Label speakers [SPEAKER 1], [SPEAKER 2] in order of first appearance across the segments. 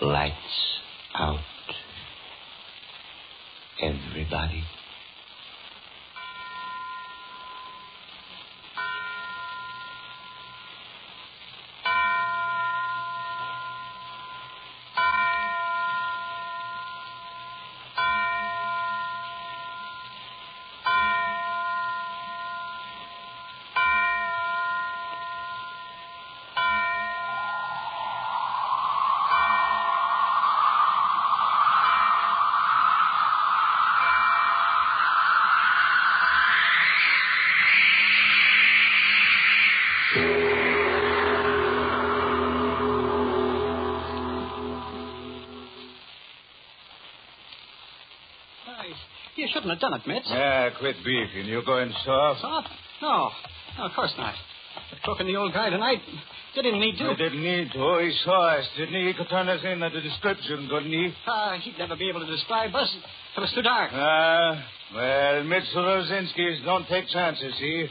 [SPEAKER 1] Lights out. Everybody.
[SPEAKER 2] You shouldn't have done it, Mitch.
[SPEAKER 3] Yeah, quit beefing. You're going soft.
[SPEAKER 2] Soft? No. No, of course not. Talking the old guy tonight didn't need to.
[SPEAKER 3] I didn't need to. Oh, he saw us, didn't he? He could turn us in at the description, couldn't he?
[SPEAKER 2] Ah, he'd never be able to describe us. It was too dark.
[SPEAKER 3] Ah, well, Mitchell Rosinski's don't take chances, see?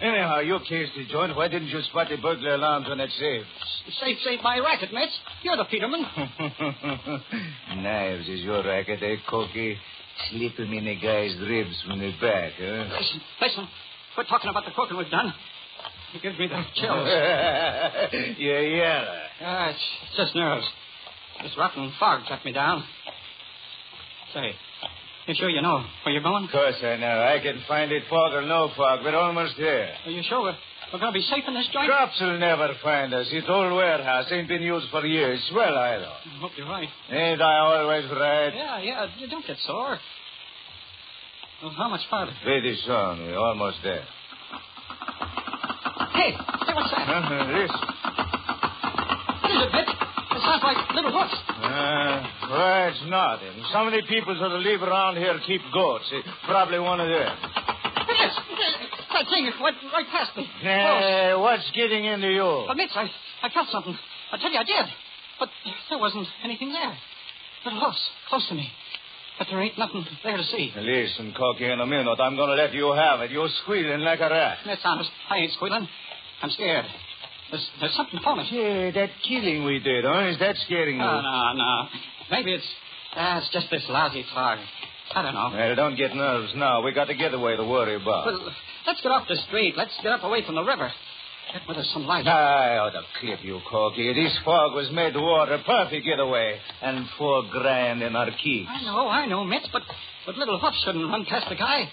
[SPEAKER 3] Anyhow, you cased the joint. Why didn't you spot the burglar alarms on that safe?
[SPEAKER 2] Safe, safe by racket, Mitch. You're the Peterman.
[SPEAKER 3] Knives is your racket, eh, Cokey? Slip him in a guy's ribs from the back, eh? huh?
[SPEAKER 2] listen, listen. Quit talking about the cooking we've done. It gives me the chills.
[SPEAKER 3] Uh. yeah, yeah.
[SPEAKER 2] ah, it's just nerves. This rotten fog shut me down. Say, you sure you know where you're going?
[SPEAKER 3] Of course I know. I can find it, fog or no fog. We're almost there.
[SPEAKER 2] Are you sure we're, we're going to be safe in this joint?
[SPEAKER 3] Cops will never find us. It's old warehouse. Ain't been used for years. Well, I know.
[SPEAKER 2] I hope you're right.
[SPEAKER 3] Ain't I always right?
[SPEAKER 2] Yeah, yeah. You don't get sore. Well, how much farther?
[SPEAKER 3] Pretty soon. We're almost there.
[SPEAKER 2] Hey, hey, what's that?
[SPEAKER 3] Huh? Uh-huh, This.
[SPEAKER 2] What is it, Mitch? It sounds like little hoofs.
[SPEAKER 3] Uh, well, it's nothing. So many people that live around here keep goats. It's probably one of them.
[SPEAKER 2] Yes, that thing went right past me. Close.
[SPEAKER 3] Hey, what's getting into you?
[SPEAKER 2] But Mitch, I, I felt something. I tell you, I did. But there wasn't anything there. Little hoofs, close to me. But there ain't nothing there to see.
[SPEAKER 3] Listen, Cocky, in a minute, I'm going to let you have it. You're squealing like a rat.
[SPEAKER 2] That's honest. I ain't squealing. I'm scared. There's, there's something upon us.
[SPEAKER 3] Yeah, that killing we did, huh? Is that scaring you?
[SPEAKER 2] No, no, no. Maybe it's, ah, it's just this lousy fog. I don't know.
[SPEAKER 3] Well, don't get nervous now. We got a getaway to worry about.
[SPEAKER 2] Well, let's get off the street. Let's get up away from the river. Get where there's some light.
[SPEAKER 3] I ought to clip oh, you, Corky. This fog was made to order. Perfect getaway. And four grand in our key.
[SPEAKER 2] I know, I know, Mitch, but, but little Huff shouldn't run past the guy.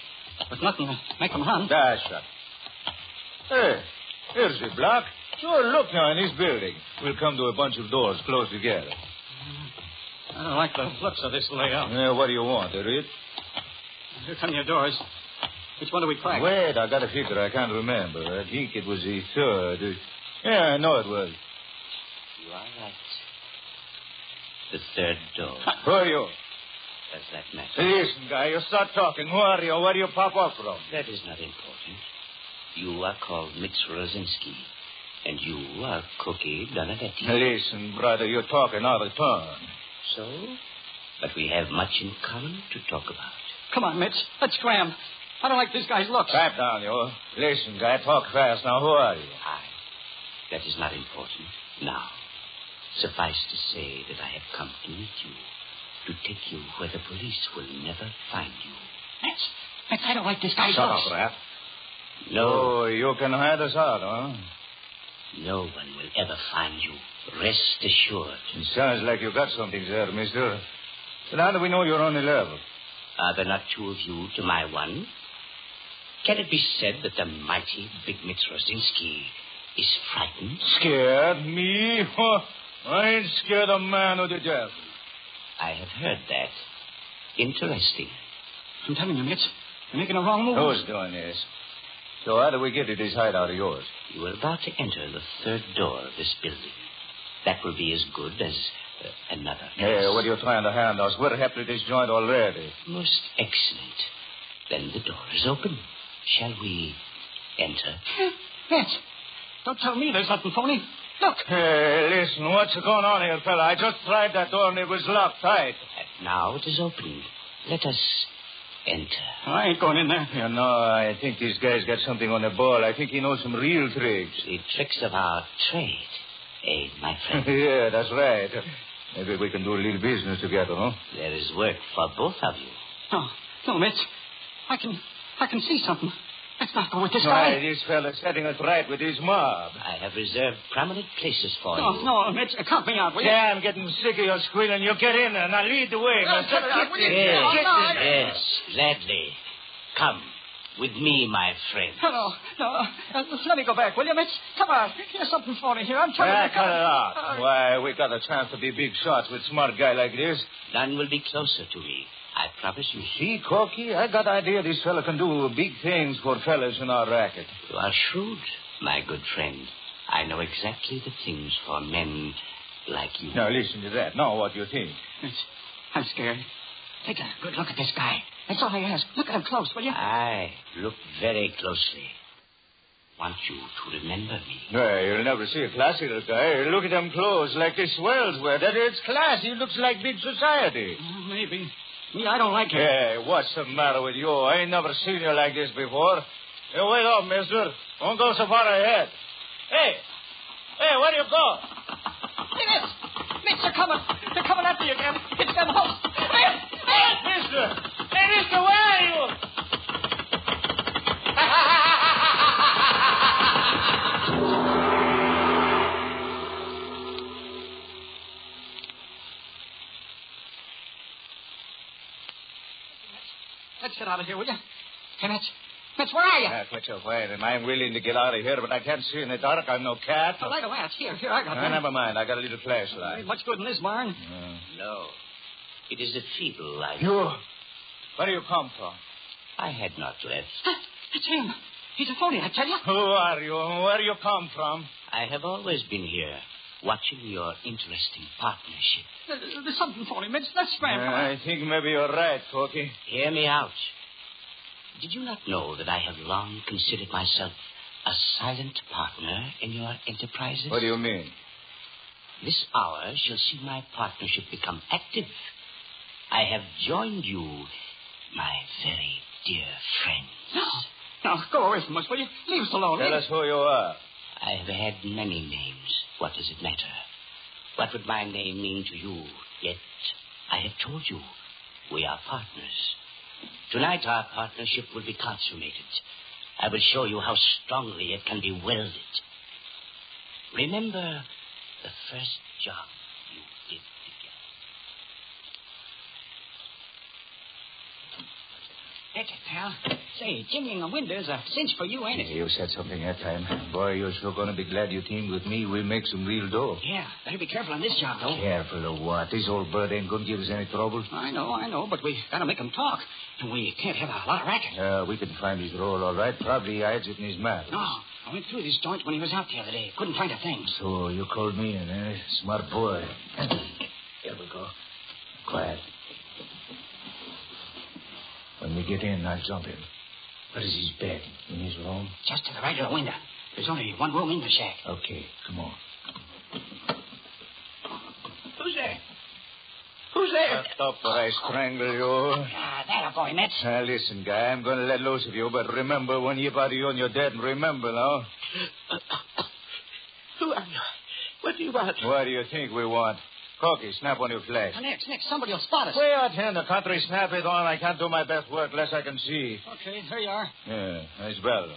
[SPEAKER 2] There's nothing to make him run.
[SPEAKER 3] Dash up. Hey, here's the block. Sure, look now in this building. We'll come to a bunch of doors close together.
[SPEAKER 2] I don't like the looks of this layout.
[SPEAKER 3] Uh, what do you want, Eric?
[SPEAKER 2] Here come your doors. Which one do we crack?
[SPEAKER 3] Wait, I got a figure. I can't remember. I think it was the third. Uh, Yeah, I know it was.
[SPEAKER 1] You are right. The third door.
[SPEAKER 3] Who are you?
[SPEAKER 1] Does that matter?
[SPEAKER 3] Listen, guy, you start talking. Who are you? Where do you pop off from?
[SPEAKER 1] That is not important. You are called Mitch Rosinski, and you are Cookie Donadetti.
[SPEAKER 3] Listen, brother, you're talking out of turn.
[SPEAKER 1] So? But we have much in common to talk about.
[SPEAKER 2] Come on, Mitch. Let's scram. I don't like this guy's looks.
[SPEAKER 3] Pipe down, you. Listen, guy, talk fast. Now, who are you?
[SPEAKER 1] I. That is not important now. Suffice to say that I have come to meet you, to take you where the police will never find you.
[SPEAKER 2] Mitch, Mitch, I don't like this guy's
[SPEAKER 3] Shut
[SPEAKER 2] looks.
[SPEAKER 3] up, rat.
[SPEAKER 1] No,
[SPEAKER 3] Oh, you can hide us out, huh?
[SPEAKER 1] No one will ever find you. Rest assured.
[SPEAKER 3] It sounds like you got something there, mister. So now that we know you're on the level,
[SPEAKER 1] Are there not two of you to my one? Can it be said that the mighty Big Mitz Rosinski is frightened?
[SPEAKER 3] scared me? I ain't scared a man of the devil.
[SPEAKER 1] I have heard that. Interesting.
[SPEAKER 2] I'm telling you, Mitch, you're making a wrong move.
[SPEAKER 3] Who's doing this? So how do we get to this hideout of yours?
[SPEAKER 1] You are about to enter the third door of this building. That will be as good as uh, another.
[SPEAKER 3] Hey, what are you trying to hand us? We're happy to this joint already.
[SPEAKER 1] Most excellent. Then the door is open. Shall we enter?
[SPEAKER 2] Mitch, don't tell me there's nothing phony. Look,
[SPEAKER 3] Hey, listen, what's going on here, fella? I just tried that door and it was locked tight.
[SPEAKER 1] And Uh, now it is open. Let us enter.
[SPEAKER 2] I ain't going in there.
[SPEAKER 3] You know, I think this guy's got something on the ball. I think he knows some real tricks.
[SPEAKER 1] The tricks of our trade, eh, my friend?
[SPEAKER 3] yeah, that's right. Maybe we can do a little business together, huh?
[SPEAKER 1] there is work for both of you.
[SPEAKER 2] No, Oh, no, Mitch. I can, I can see something. Let's not go with this guy.
[SPEAKER 3] Why, this fella's setting us right with his mob.
[SPEAKER 1] I have reserved prominent places for
[SPEAKER 2] Oh, No,
[SPEAKER 1] you.
[SPEAKER 2] no, Mitch, count me out, will you?
[SPEAKER 3] Yeah, I'm getting sick of your squealing. You get in there and I lead the way.
[SPEAKER 2] Well,
[SPEAKER 3] Now,
[SPEAKER 2] shut it up,
[SPEAKER 3] get
[SPEAKER 2] will you?
[SPEAKER 3] in
[SPEAKER 2] Yeah.
[SPEAKER 3] there.
[SPEAKER 2] Oh,
[SPEAKER 3] Get
[SPEAKER 2] no,
[SPEAKER 3] in
[SPEAKER 2] I-
[SPEAKER 3] there.
[SPEAKER 1] Yes, gladly. Come with me, my friend.
[SPEAKER 2] No, no, no. Uh, let me go back, will you, Mitch? Come on. There's something phony here. I'm telling
[SPEAKER 3] Ah,
[SPEAKER 2] you.
[SPEAKER 3] cut it out.
[SPEAKER 2] Uh,
[SPEAKER 3] Why, we got a chance to be big shots with smart guy like this.
[SPEAKER 1] None will be closer to me. I promise you.
[SPEAKER 3] See, Corky, I got idea this fella can do big things for fellas in our racket.
[SPEAKER 1] You are shrewd, my good friend. I know exactly the things for men like you.
[SPEAKER 3] Now, listen to that. Now, what do you think?
[SPEAKER 2] Mitch, I'm scared. Take a good look at this guy. That's all I ask. Look at him close, will you?
[SPEAKER 1] I look very closely. Want you to remember me.
[SPEAKER 3] Well, you'll never see a classical guy. Look at them clothes like this swells wear. That is class. He looks like big society.
[SPEAKER 2] Uh, maybe. Me, I don't like him.
[SPEAKER 3] Hey, what's the matter with you? I ain't never seen you like this before. Hey, wait up, mister. Don't go so far ahead. Hey! Hey, where do you go?
[SPEAKER 2] Hey, Mitch! Mitch, they're coming. They're coming after you again. It's them hosts. Mitch! Mitch!
[SPEAKER 3] Mister! Hey, mister, where are you?
[SPEAKER 2] Let's get out of here, will you? Hey, Mitch. Mitch, where are you?
[SPEAKER 3] Ah, quit your whining. I'm willing to get out of here, but I can't see in the dark. I'm no cat.
[SPEAKER 2] Oh, light a match. Here, here, I got
[SPEAKER 3] Ah,
[SPEAKER 2] one.
[SPEAKER 3] never mind. I got a little flashlight. Uh,
[SPEAKER 2] Ain't much good in this barn.
[SPEAKER 1] No. It is a feeble life.
[SPEAKER 3] You. Where do you come from?
[SPEAKER 1] I had not left.
[SPEAKER 2] It's him. He's a phony, I tell you.
[SPEAKER 3] Who are you? and Where you come from?
[SPEAKER 1] I have always been here, watching your interesting partnership. Uh,
[SPEAKER 2] There- There's something phony, Mitch. Let's scramble.
[SPEAKER 3] Ah, I think maybe you're right, Corky.
[SPEAKER 1] Hear me out. Did you not know that I have long considered myself a silent partner in your enterprises?
[SPEAKER 3] What do you mean?
[SPEAKER 1] This hour shall see my partnership become active. I have joined you, my very dear friend.
[SPEAKER 2] No. Now, go away from us, will you? Leave us alone.
[SPEAKER 3] Tell
[SPEAKER 2] Leave
[SPEAKER 3] us who you are.
[SPEAKER 1] I have had many names. What does it matter? What would my name mean to you? Yet, I have told you, we are partners. Tonight, our partnership will be consummated. I will show you how strongly it can be welded. Remember the first job you did together.
[SPEAKER 2] Take it, pal. Say, jimmying the window's a cinch for you, ain't it?
[SPEAKER 3] You said something that time. Boy, you're sure going to be glad you teamed with me. We'll make some real dough.
[SPEAKER 2] Yeah, better be careful on this job, though.
[SPEAKER 3] Careful of what? This old bird ain't going to give us any trouble.
[SPEAKER 2] I know, I know, but we gotta make 'em talk. And we can't have a lot of racket.
[SPEAKER 3] Uh, we can find his roll, all right. Probably he hides it in his mouth.
[SPEAKER 2] No, I went through this joint when he was out the other day. Couldn't find a thing.
[SPEAKER 3] So you called me in, eh? Smart boy. Here we go. Quiet. When we get in, I'll jump him. Where is his bed? In his room?
[SPEAKER 2] Just to the right of the window. There's only one room in the shack.
[SPEAKER 3] Okay, come on.
[SPEAKER 2] Who's there? Who's there?
[SPEAKER 3] Stop or I strangle you.
[SPEAKER 2] Ah, that a boy, Mitch.
[SPEAKER 3] Now, listen, guy, I'm going to let loose of you, but remember when you're out of you and you're dead, and remember now.
[SPEAKER 2] Who are you? What do you want?
[SPEAKER 3] What do you think we want? Corky, snap on your flash.
[SPEAKER 2] Next, next, Uh, somebody will spot us.
[SPEAKER 3] Way out here in the country, snap it on. I can't do my best work unless I can see.
[SPEAKER 2] Okay, here you are.
[SPEAKER 3] Yeah, nice bell.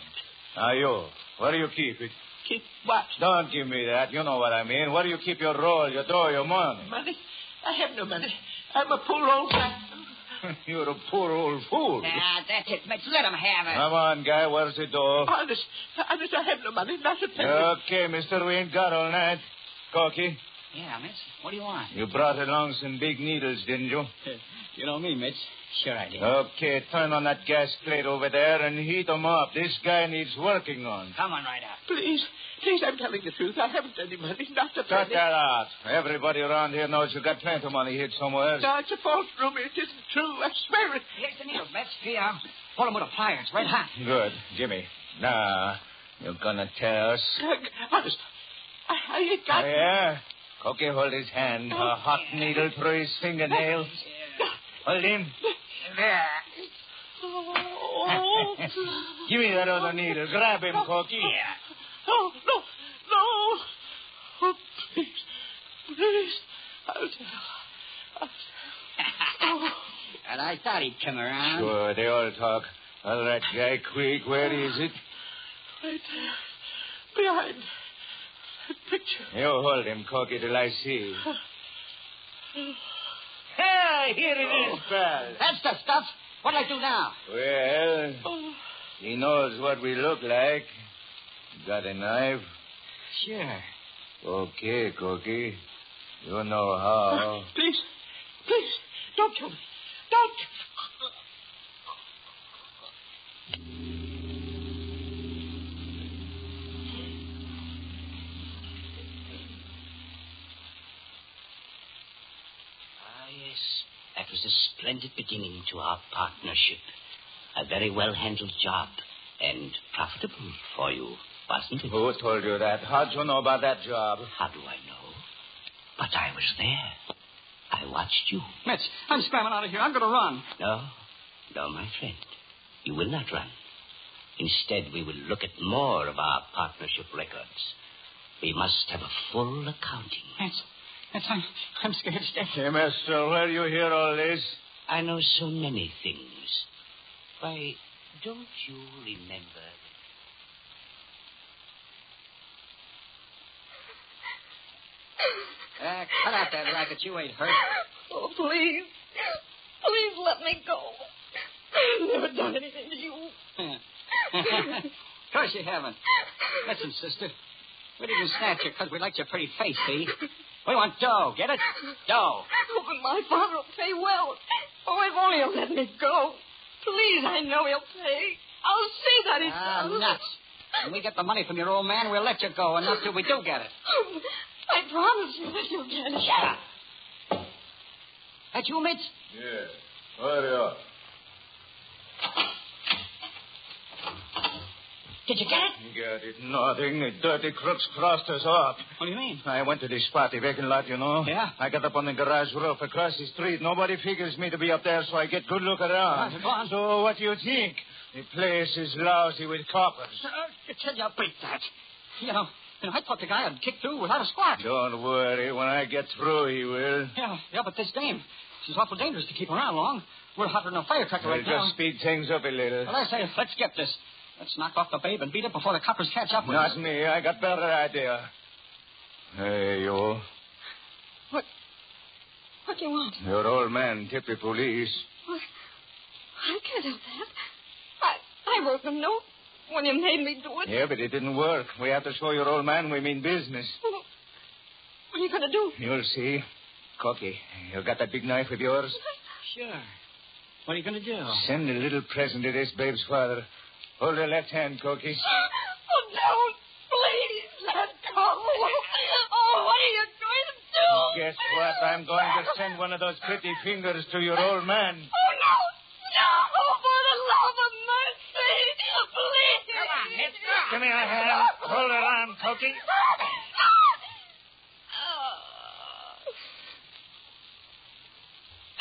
[SPEAKER 3] Now, you, where Ah, do you keep it?
[SPEAKER 1] Keep what?
[SPEAKER 3] Don't give me that. You know what I mean. Where do you keep your roll, your dough, your money?
[SPEAKER 1] Money? I have no money. I'm a poor old man.
[SPEAKER 3] You're a poor old fool.
[SPEAKER 4] Ah, that's it, Mitch. Let him have it.
[SPEAKER 3] Come on, guy. Where's the dough?
[SPEAKER 1] Honest, honest, I have no money, not a penny.
[SPEAKER 3] Okay, mister. We ain't got all night. Corky,
[SPEAKER 4] Yeah, Mitch. What do you want?
[SPEAKER 3] you brought along some big needles, didn't you?
[SPEAKER 2] You know me, Mitch.
[SPEAKER 4] Sure I did.
[SPEAKER 3] Okay, turn on that gas plate over there and heat 'em up. This guy needs working on.
[SPEAKER 4] Come on right out.
[SPEAKER 1] Please, please, I'm telling the truth. I haven't any money, not a
[SPEAKER 3] Cut
[SPEAKER 1] penny.
[SPEAKER 3] that out. Everybody around here knows you got plenty of money hid somewhere.
[SPEAKER 1] No, it's a false rumor. It isn't true. I swear it.
[SPEAKER 4] Here's the needles, Mitch. Here. Pull them with a pliers, red hot.
[SPEAKER 3] Good. Gimme. Now, you're gonna tell us.
[SPEAKER 1] Doug, honest, I, I ain't got.
[SPEAKER 3] Yeah? Cookie, hold his hand. A hot needle through his fingernail. Hold him.
[SPEAKER 4] There.
[SPEAKER 1] Oh,
[SPEAKER 3] Give me that other needle. Grab him, Corky.
[SPEAKER 1] oh, no, no. Oh, please, please. Oh, I'll tell. I'll
[SPEAKER 4] And I thought he'd come around.
[SPEAKER 3] Sure, they all talk. All right, guy, quick. Where is it?
[SPEAKER 1] tell. Right there. Behind. That picture. Oh.
[SPEAKER 3] You hold him, Corky, till I see.
[SPEAKER 4] Hey, here it
[SPEAKER 2] Oh.
[SPEAKER 4] is.
[SPEAKER 3] Well,
[SPEAKER 4] That's the stuff. What'll I do now?
[SPEAKER 3] well,
[SPEAKER 1] Oh,
[SPEAKER 3] he knows what we look like. Got a knife?
[SPEAKER 4] Sure.
[SPEAKER 3] Okay, Corky. You know how.
[SPEAKER 1] please, please, don't kill me. Don't. Ah, yes. That was a splendid beginning to our partnership. A very well handled job and profitable for you, wasn't it?
[SPEAKER 3] Who told you that? How'd you know about that job?
[SPEAKER 1] How do I know? But I was there. I watched you.
[SPEAKER 2] Mitch, I'm scrambling out of here. I'm going to run.
[SPEAKER 1] No, no, my friend. You will not run. Instead, we will look at more of our partnership records. We must have a full accounting.
[SPEAKER 2] Mitch, Mitch, I'm, I'm scared stiff.
[SPEAKER 3] Hey, mister, where you hear all this?
[SPEAKER 1] I know so many things. Why, don't you remember?
[SPEAKER 4] Uh, cut out that racket. You ain't hurt.
[SPEAKER 5] Oh, please. Please let me go. I've never done anything to you.
[SPEAKER 2] of course you haven't. Listen, sister. We didn't snatch you because we liked your pretty face, see? We want dough. Get it? Dough.
[SPEAKER 5] Oh, but my father will pay well. Oh, if only he'll let me go. Please, I know he'll pay. I'll say that he
[SPEAKER 2] Ah,
[SPEAKER 5] does.
[SPEAKER 2] nuts. When we get the money from your old man, we'll let you go. And not till we do get it.
[SPEAKER 5] I promise you that you'll get it.
[SPEAKER 2] Shut up. That you, Mitch?
[SPEAKER 3] Yeah. Hurry up.
[SPEAKER 2] Did you get it?
[SPEAKER 3] Got it. Nothing. The dirty crooks crossed us up.
[SPEAKER 2] What do you mean?
[SPEAKER 3] I went to this party vacant lot, you know.
[SPEAKER 2] Yeah?
[SPEAKER 3] I got up on the garage roof across the street. Nobody figures me to be up there, so I get good look around.
[SPEAKER 2] Go on, go
[SPEAKER 3] So what do you think? The place is lousy with coppers.
[SPEAKER 2] I tell you, beat that. You know, you know, I thought the guy would kick through without a squat.
[SPEAKER 3] Don't worry. When I get through, he will.
[SPEAKER 2] Yeah, yeah, but this dame, she's awful dangerous to keep around long. We're hotter than a firecracker
[SPEAKER 3] We'll
[SPEAKER 2] right now.
[SPEAKER 3] just speed things up a little.
[SPEAKER 2] Well, I say, let's get this. Let's knock off the babe and beat it before the coppers catch up with us.
[SPEAKER 3] Not me. I got better idea. Hey, you.
[SPEAKER 5] What do you want?
[SPEAKER 3] Your old man tipped the police.
[SPEAKER 5] Why, I can't help that. I, I wrote the note when you made me do it.
[SPEAKER 3] Yeah, but it didn't work. We have to show your old man we mean business.
[SPEAKER 5] What are you going to do?
[SPEAKER 3] You'll see. Corky, you got that big knife of yours?
[SPEAKER 2] Sure. What are you going to do?
[SPEAKER 3] Send a little present to this babe's father. Hold her left hand, Corky.
[SPEAKER 5] Oh, don't. Please let go. Oh, what are you going to do?
[SPEAKER 3] Guess what? I'm going to send one of those pretty fingers to your old man.
[SPEAKER 5] Oh, no. No. For the love of mercy. Please.
[SPEAKER 4] Come on, Oh, hit her.
[SPEAKER 3] Give me her hand. Hold her arm, Corky.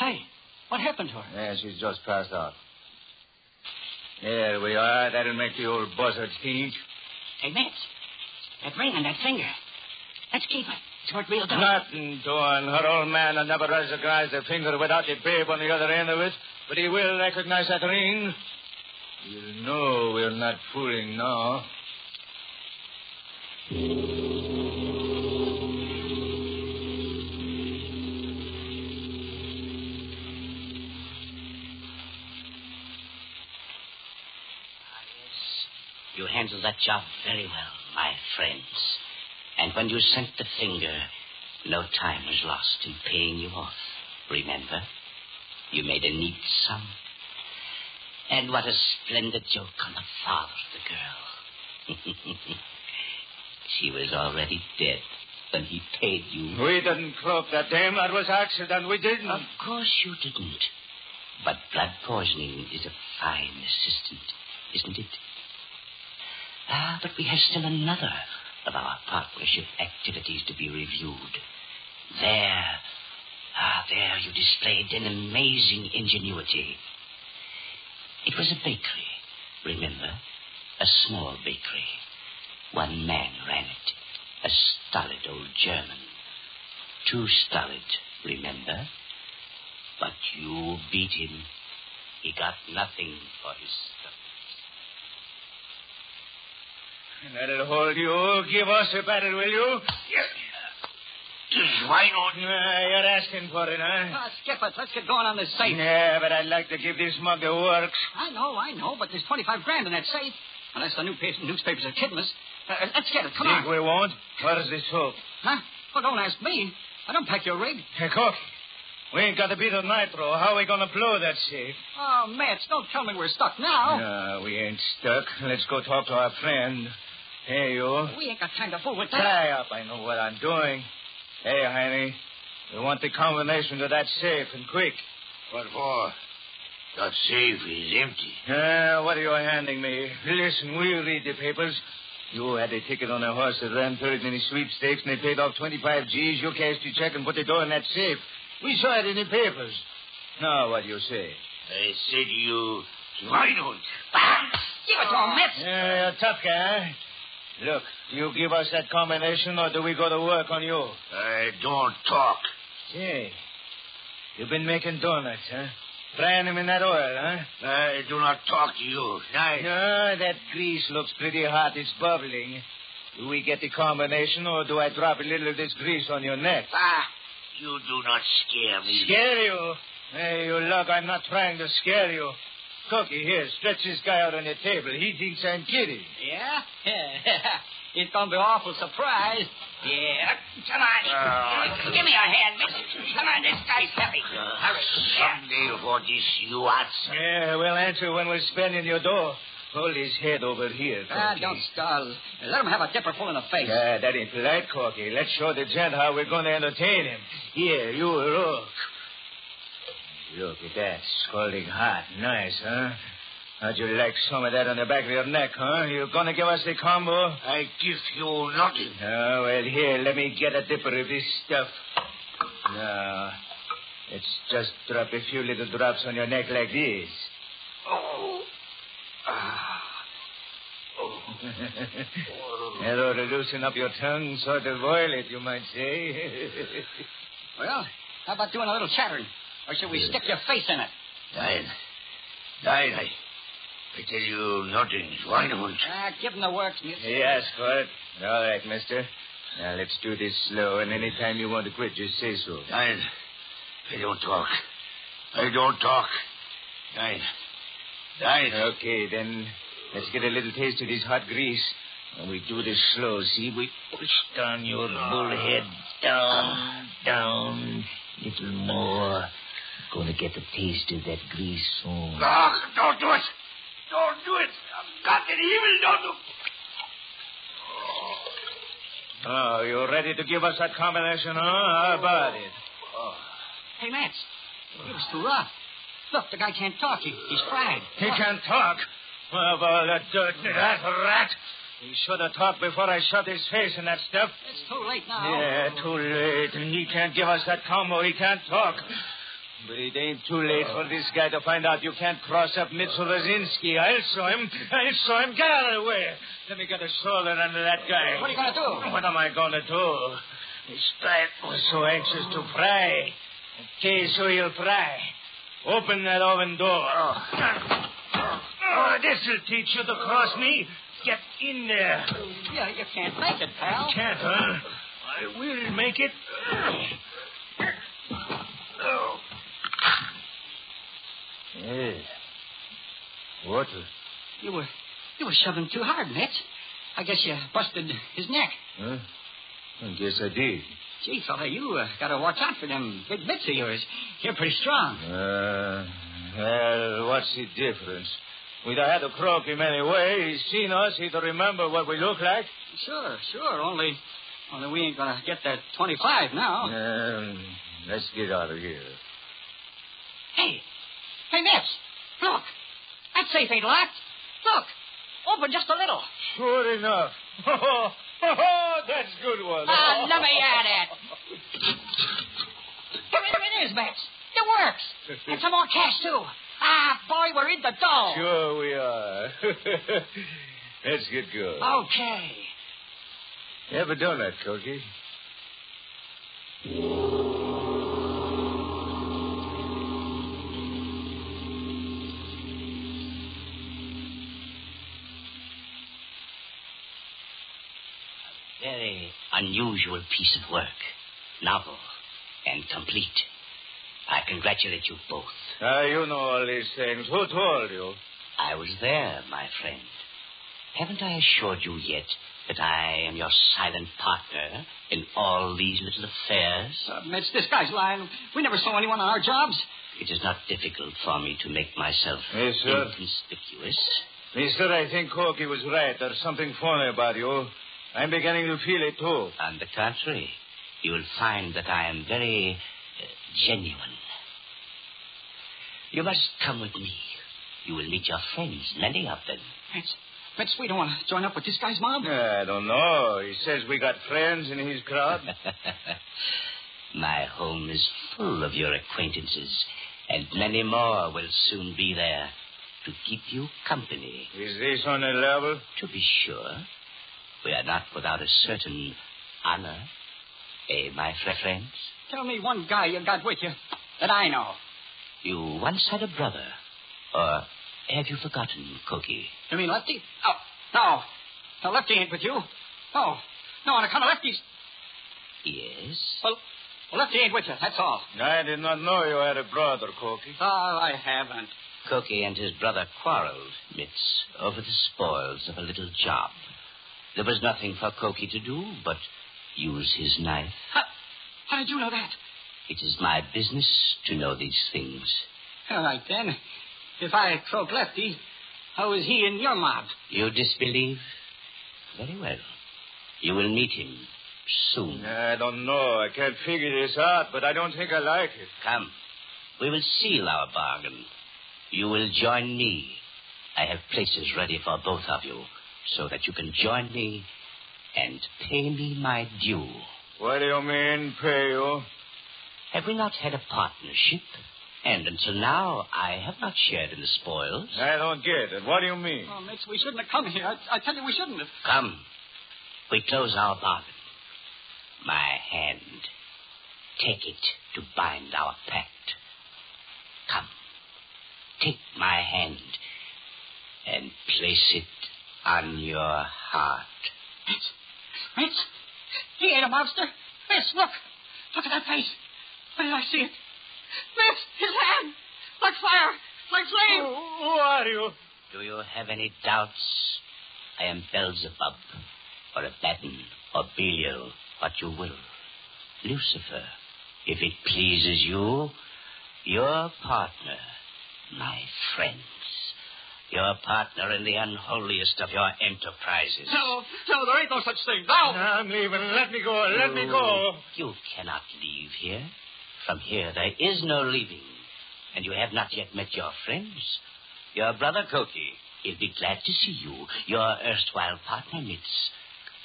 [SPEAKER 5] Oh.
[SPEAKER 2] Hey, what happened to her?
[SPEAKER 3] Yeah, she's just passed out. There we are. That'll make the old buzzard think.
[SPEAKER 4] Hey, Mitch. That ring on that finger. Let's keep it. It's worth real dough.
[SPEAKER 3] Nothing doing. Her old man will never recognize the finger without the babe on the other end of it, but he will recognize that ring. You'll know we're not fooling now.
[SPEAKER 1] You handled that job very well, my friends. And when you sent the finger, no time was lost in paying you off. Remember? You made a neat sum. And what a splendid joke on the father of the girl. she was already dead when he paid you.
[SPEAKER 3] We didn't club that dame. That was accident. We didn't.
[SPEAKER 1] Of course you didn't. But blood poisoning is a fine assistant, isn't it? Ah, but we have still another of our partnership activities to be reviewed. There, ah, there you displayed an amazing ingenuity. It was a bakery, remember? A small bakery. One man ran it, a stolid old German. Too stolid, remember? But you beat him. He got nothing for his stuff.
[SPEAKER 3] That'll hold you. Give us a battle, will you?
[SPEAKER 1] Why not?
[SPEAKER 3] Nah, you're asking for it, huh?
[SPEAKER 2] Ah, skip it. Let's get going on this safe.
[SPEAKER 3] Yeah, but I'd like to give this mug the works.
[SPEAKER 2] I know, I know, but there's 25 grand in that safe. Unless the new pa- newspapers are kidding us. Uh, let's get it. Come
[SPEAKER 3] Think
[SPEAKER 2] on.
[SPEAKER 3] we won't? Where's the soap?
[SPEAKER 2] Huh? Well, don't ask me. I don't pack your rig.
[SPEAKER 3] Hey, Cook, we ain't got a bit of nitro. How are we going to blow that safe?
[SPEAKER 2] Oh, Mats, don't tell me we're stuck
[SPEAKER 3] Oh.
[SPEAKER 2] now.
[SPEAKER 3] No, Uh, we ain't stuck. Let's go talk to our friend. Hey, you.
[SPEAKER 2] We ain't got time to fool with that.
[SPEAKER 3] Tie up. I know what I'm doing. Hey, honey. We want the combination to that safe and quick.
[SPEAKER 6] What for? That safe is empty.
[SPEAKER 3] Uh, what are you handing me? Listen, we'll read the papers. You had a ticket on a horse that ran 30 minute sweepstakes and they paid off 25 G's. You cashed the check and put the door in that safe. We saw it in the papers. Now, what do you say?
[SPEAKER 6] I said to you, why don't?
[SPEAKER 2] Give it to him, Mats.
[SPEAKER 3] Yeah, you're a tough guy. huh? Look, you give us that combination or do we go to work on you?
[SPEAKER 6] I don't talk.
[SPEAKER 3] Say, you've been making donuts, huh? Frying them in that oil, huh?
[SPEAKER 6] I do not talk to you. Nice.
[SPEAKER 3] No, that grease looks pretty hot. It's bubbling. Do we get the combination, or do I drop a little of this grease on your neck?
[SPEAKER 6] Ah, you do not scare me.
[SPEAKER 3] Scare you? Hey, you look, I'm not trying to scare you. Cookie, here, stretch this guy out on your table. He thinks I'm kidding.
[SPEAKER 2] Yeah? it's going to be awful surprise.
[SPEAKER 4] Yeah. Come on.
[SPEAKER 1] Oh,
[SPEAKER 6] Ah.
[SPEAKER 4] Give me a hand, miss. Come on, this guy's heavy.
[SPEAKER 1] Uh,
[SPEAKER 6] Ah,
[SPEAKER 4] Hurry. Yeah.
[SPEAKER 6] someday for this you answer.
[SPEAKER 3] Yeah, we'll answer when we're spending your door. Hold his head over here, Cookie.
[SPEAKER 2] Ah, don't stall. Let him have a dipper full in the face.
[SPEAKER 3] Yeah, that ain't polite, Corky. Let's show the gent how we're going to entertain him. Here, you look. Look at that, scalding hot. Nice, huh? How'd you like some of that on the back of your neck, huh? You gonna give us the combo?
[SPEAKER 6] I give you nothing.
[SPEAKER 3] Oh, well, here, let me get a dipper of this stuff. Now, let's just drop a few little drops on your neck like this.
[SPEAKER 6] Oh. Ah. Oh.
[SPEAKER 3] That ought to loosen up your tongue, sort of oil it, you might say.
[SPEAKER 2] Well, how about doing a little chattering? Or should we stick your face in it?
[SPEAKER 6] Nein. Nein, I, I tell you nothing. Why not?
[SPEAKER 2] Ah, give him the works, miss.
[SPEAKER 3] He asked for it. All right, mister. Now, let's do this slow, and any time you want to quit, just say so.
[SPEAKER 6] Nein. I don't talk. I don't talk. Nein. Nein.
[SPEAKER 3] Okay, then let's get a little taste of this hot grease. And we do this slow, see? We push down your bull head.
[SPEAKER 6] Down, down, little more. Gonna get a taste of that grease soon. don't do it! Don't do it! I've got an evil, don't do
[SPEAKER 3] Oh, you ready to give us that combination, huh? How about it?
[SPEAKER 2] Hey, Mats, it was too rough. Look, the guy can't talk. He, he's fried.
[SPEAKER 3] He can't talk. What about that dirt, that rat? He should have talked before I shut his face in that stuff.
[SPEAKER 2] It's too late now.
[SPEAKER 3] Yeah, too late. And he can't give us that combo. He can't talk. But it ain't too late for this guy to find out you can't cross up Mitsurozinski. I'll show him. I'll show him. Get out of the way. Let me get a shoulder under that guy.
[SPEAKER 2] What are you gonna do?
[SPEAKER 3] What am I going to do? This bat was so anxious to fry. Okay, so he'll fry. Open that oven door. Oh, this'll teach you to cross me. Get in there.
[SPEAKER 2] You, you can't make it, pal.
[SPEAKER 3] Can't, huh? I will make it. Oh. Yes. Water.
[SPEAKER 2] You were you were shoving too hard, Mitch. I guess you busted his neck.
[SPEAKER 3] Huh? I guess I did.
[SPEAKER 2] Gee, fella, you uh, got to watch out for them big bits of yours. You're pretty strong.
[SPEAKER 3] Uh, well, what's the difference? We'd have had to croak him anyway. He's seen us. He'd remember what we look like.
[SPEAKER 2] Sure, sure. Only, only we ain't gonna get that twenty-five now.
[SPEAKER 3] Um, let's get out of here.
[SPEAKER 2] Hey, hey, Mitch, look. That safe ain't locked. Look, open just a little.
[SPEAKER 3] Sure enough. Oh, That's a good one. Oh,
[SPEAKER 2] Ah, let me at it. Here it- it is, Mitch. It works. And some more cash too. Ah, boy, we're in the dough.
[SPEAKER 3] Sure we are. Let's get going.
[SPEAKER 2] Okay.
[SPEAKER 3] You ever done that, Cookie?
[SPEAKER 1] Very unusual piece of work. Novel and complete. I congratulate you both.
[SPEAKER 3] Ah, you know all these things. Who told you?
[SPEAKER 1] I was there, my friend. Haven't I assured you yet that I am your silent partner in all these little affairs?
[SPEAKER 2] Uh, Mitch, this guy's lying. We never saw anyone on our jobs.
[SPEAKER 1] It is not difficult for me to make myself
[SPEAKER 3] Yes, sir.
[SPEAKER 1] inconspicuous.
[SPEAKER 3] Mister, I think Corky was right. There's something funny about you. I'm beginning to feel it, too.
[SPEAKER 1] On the contrary, you will find that I am very uh, genuine. You must come with me. You will meet your friends, many of them.
[SPEAKER 2] Mitch, Mitch, we don't want to join up with this guy's mob.
[SPEAKER 3] I don't know. He says we got friends in his crowd.
[SPEAKER 1] My home is full of your acquaintances, and many more will soon be there to keep you company.
[SPEAKER 3] Is this on a level?
[SPEAKER 1] To be sure, we are not without a certain honor, eh, my fr- friends?
[SPEAKER 2] Tell me one guy you got with you that I know.
[SPEAKER 1] You once had a brother, or have you forgotten, Cookie?
[SPEAKER 2] You mean Lefty? Oh, no. No, Lefty ain't with you. No. No, on account of Lefty's.
[SPEAKER 1] Yes.
[SPEAKER 2] Well, well, Lefty ain't with you, that's all.
[SPEAKER 3] I did not know you had a brother, Corky.
[SPEAKER 2] Oh, I haven't.
[SPEAKER 1] Cookie and his brother quarreled, Mitz, over the spoils of a little job. There was nothing for Cookie to do but use his knife.
[SPEAKER 2] How, how did you know that?
[SPEAKER 1] It is my business to know these things.
[SPEAKER 2] All right, then. If I croak Lefty, how is he in your mob?
[SPEAKER 1] You disbelieve? Very well. You will meet him soon.
[SPEAKER 3] I don't know. I can't figure this out, but I don't think I like it.
[SPEAKER 1] Come. We will seal our bargain. You will join me. I have places ready for both of you so that you can join me and pay me my due.
[SPEAKER 3] What do you mean, pay you?
[SPEAKER 1] Have we not had a partnership? And until now, I have not shared in the spoils.
[SPEAKER 3] I don't get it. What do you mean?
[SPEAKER 2] Oh, Mitch, we shouldn't have come here. I, I tell you, we shouldn't have.
[SPEAKER 1] Come. We close our bargain. My hand. Take it to bind our pact. Come. Take my hand and place it on your heart.
[SPEAKER 2] Mitch, he ain't a mobster. Mitch, look. Look at that face. Where did I see it? Mitch, his hand. Like fire. Like flame.
[SPEAKER 3] Who are you?
[SPEAKER 1] Do you have any doubts? I am Beelzebub, or Abaddon, or Belial, what you will. Lucifer, if it pleases you, your partner, my friends, your partner in the unholiest of your enterprises.
[SPEAKER 2] No, no, there ain't no such thing. Oh. No.
[SPEAKER 3] I'm leaving. Let me go. Let me go.
[SPEAKER 1] Mm, You cannot leave here. From here, there is no leaving. And you have not yet met your friends. Your brother, Koki, he'll be glad to see you. Your erstwhile partner, Mitz.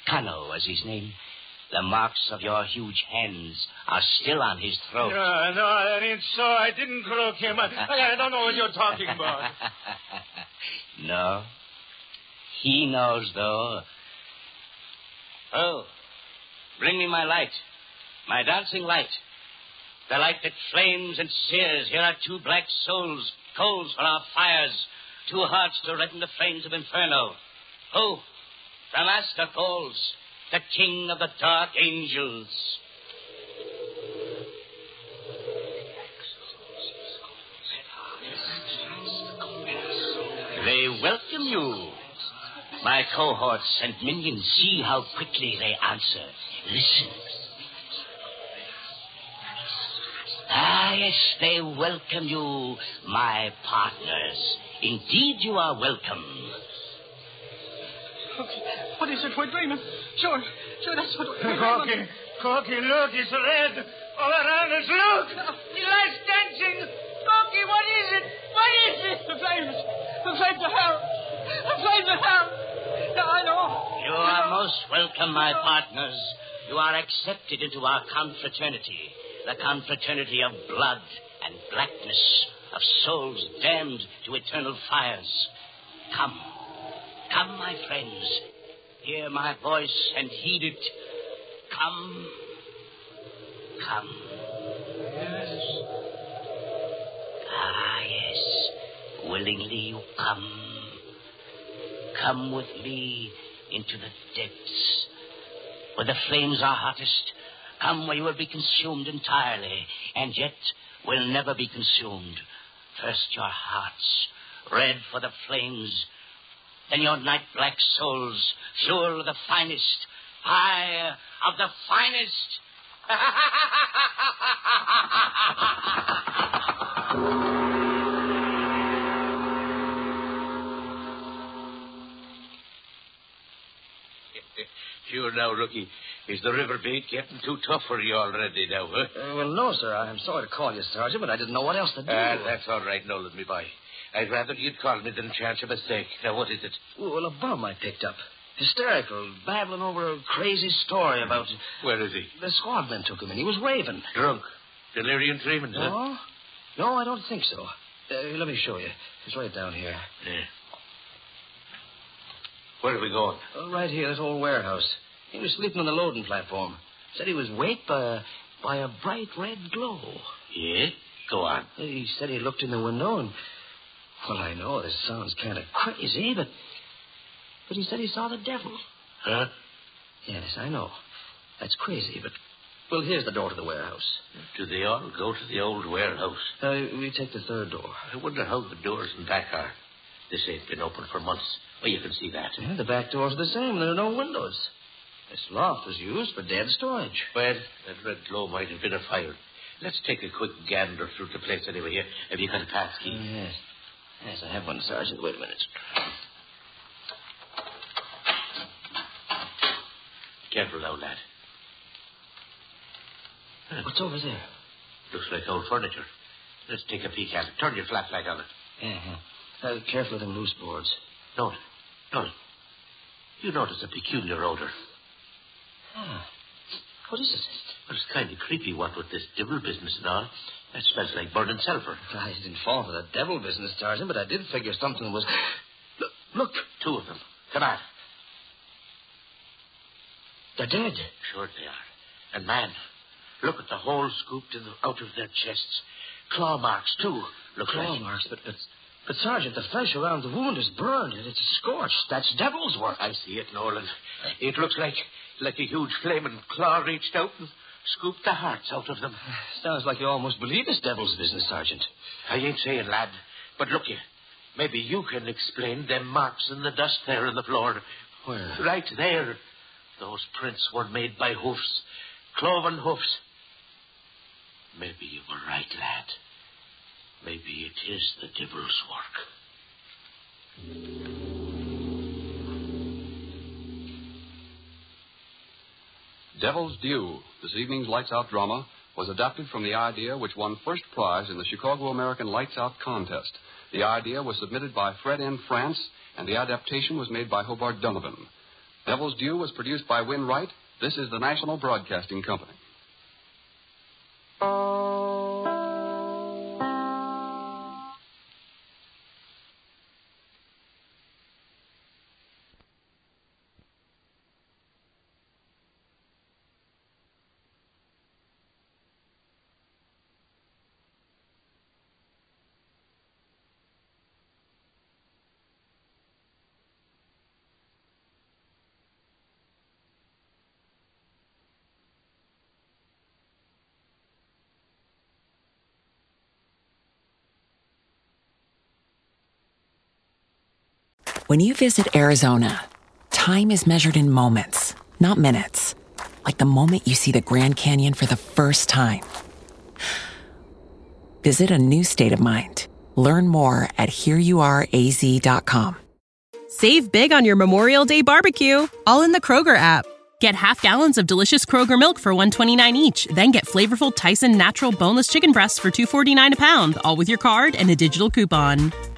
[SPEAKER 1] Kano was his name. The marks of your huge hands are still on his
[SPEAKER 3] No,
[SPEAKER 1] throat.
[SPEAKER 3] Oh. no, that ain't so. I didn't croak him. I, I don't know what you're talking about.
[SPEAKER 1] no. He knows, though. Oh, bring me my light. My dancing light. The light that flames and sears. Here are two black souls, coals for our fires. Two hearts to redden the flames of inferno. Who? From us the calls, the king of the dark angels. They welcome you. My cohorts and minions see how quickly they answer. Listen. Ah, yes, they welcome you, my partners. Indeed, you are welcome.
[SPEAKER 2] What is it we're dreaming? Sure, sure, that's what we're
[SPEAKER 3] Corky,
[SPEAKER 2] dreaming.
[SPEAKER 3] Corky, look, it's red. All around us, look.
[SPEAKER 2] The last dancing. Corky, what is it? What is it? The flames. The flames of hell. The flames of hell. Now, I know.
[SPEAKER 1] You are most welcome, my partners. You are accepted into our confraternity, the confraternity of blood and blackness, of souls damned to eternal fires. Come, come, my friends. Hear my voice and heed it. Come, come. Ah, yes. Willingly you come. Come with me into the depths. Where the flames are hottest. Come where you will be consumed entirely, and yet will never be consumed. First your hearts, red for the flames. Then your night black souls, fuel of the finest. Fire of the finest.
[SPEAKER 7] Sure now, Rookie. Is the river bait getting too tough for you already now, huh?
[SPEAKER 3] Uh, well, no, sir. I'm sorry to call you, Sergeant, but I didn't know what else to do.
[SPEAKER 7] Ah, that's all right, Nolan, me boy. I'd rather you'd call me than chance a mistake. Now, what is it?
[SPEAKER 3] Well, a bum I picked up. Hysterical, babbling over a crazy story about
[SPEAKER 7] Where is he?
[SPEAKER 3] the squadman took him, and he was raving.
[SPEAKER 7] Drunk. Delirium tremens, huh?
[SPEAKER 3] No? No, I don't think so. Uh, let me show you. It's right down here.
[SPEAKER 7] Yeah. Where are we going?
[SPEAKER 3] Uh, right here, this old warehouse. He was sleeping on the loading platform. Said he was waked by, by a bright red glow. Uh,
[SPEAKER 7] Yeah? Go on.
[SPEAKER 3] He said he looked in the window and. Well, I know this sounds kind of crazy, but. But he said he saw the devil.
[SPEAKER 7] Huh?
[SPEAKER 3] Yes, I know. That's crazy, but. Well, here's the door to the warehouse.
[SPEAKER 7] Do they all go to the old warehouse?
[SPEAKER 3] Uh, we take the third door.
[SPEAKER 7] I wonder how the doors and back are. This ain't been open for months. Well, you can see that.
[SPEAKER 3] Yeah, the back door's the same. There are no windows. This loft was used for dead storage.
[SPEAKER 7] Well, that red glow might have been a fire. Let's take a quick gander through the place anyway here. Have you got a pass key?
[SPEAKER 3] Oh, Yes. Yes, I have one, Sergeant. Wait a minute.
[SPEAKER 7] Careful now, lad.
[SPEAKER 3] What's over there?
[SPEAKER 7] Looks like old furniture. Let's take a peek at it. Turn your flashlight on it.
[SPEAKER 3] Yeah. yeah. Uh, careful of them loose boards.
[SPEAKER 7] Nolan, Nolan, you notice a peculiar odor.
[SPEAKER 3] Ah. What is it?
[SPEAKER 7] Well, it's kind of creepy, what with this devil business and all. That smells like burning sulfur.
[SPEAKER 3] I didn't fall for the devil business, Tarzan, but I did figure something was. Look, look,
[SPEAKER 7] Two of them. Come on.
[SPEAKER 3] they're dead.
[SPEAKER 7] Sure they are. And man, look at the hole scooped in the, out of their chests. Claw marks, too. Look
[SPEAKER 3] Claw
[SPEAKER 7] like.
[SPEAKER 3] marks, but, but but Sergeant, the flesh around the wound is burned and it's scorched. That's devil's work.
[SPEAKER 7] I see it, Nolan. It looks like like a huge flaming claw reached out and scooped the hearts out of them.
[SPEAKER 3] Sounds like you almost believe it's devil's business, Sergeant.
[SPEAKER 7] I ain't saying, lad, but look you, maybe you can explain them marks in the dust there on the floor.
[SPEAKER 3] Where?
[SPEAKER 7] Right there. Those prints were made by hoofs, cloven hoofs. Maybe you were right, lad. Maybe it is the devil's work.
[SPEAKER 8] Devil's Due, this evening's lights out drama, was adapted from the idea which won first prize in the Chicago American Lights Out contest. The idea was submitted by Fred N. France, and the adaptation was made by Hobart Donovan. Devil's Due was produced by Win Wright. This is the National Broadcasting Company.
[SPEAKER 9] When you visit Arizona, time is measured in moments, not minutes. Like the moment you see the Grand Canyon for the first time. Visit a new state of mind. Learn more at hereyouareaz.com.
[SPEAKER 10] Save big on your Memorial Day barbecue, all in the Kroger app. Get half gallons of delicious Kroger milk for 129 each, then get flavorful Tyson natural boneless chicken breasts for 249 a pound, all with your card and a digital coupon.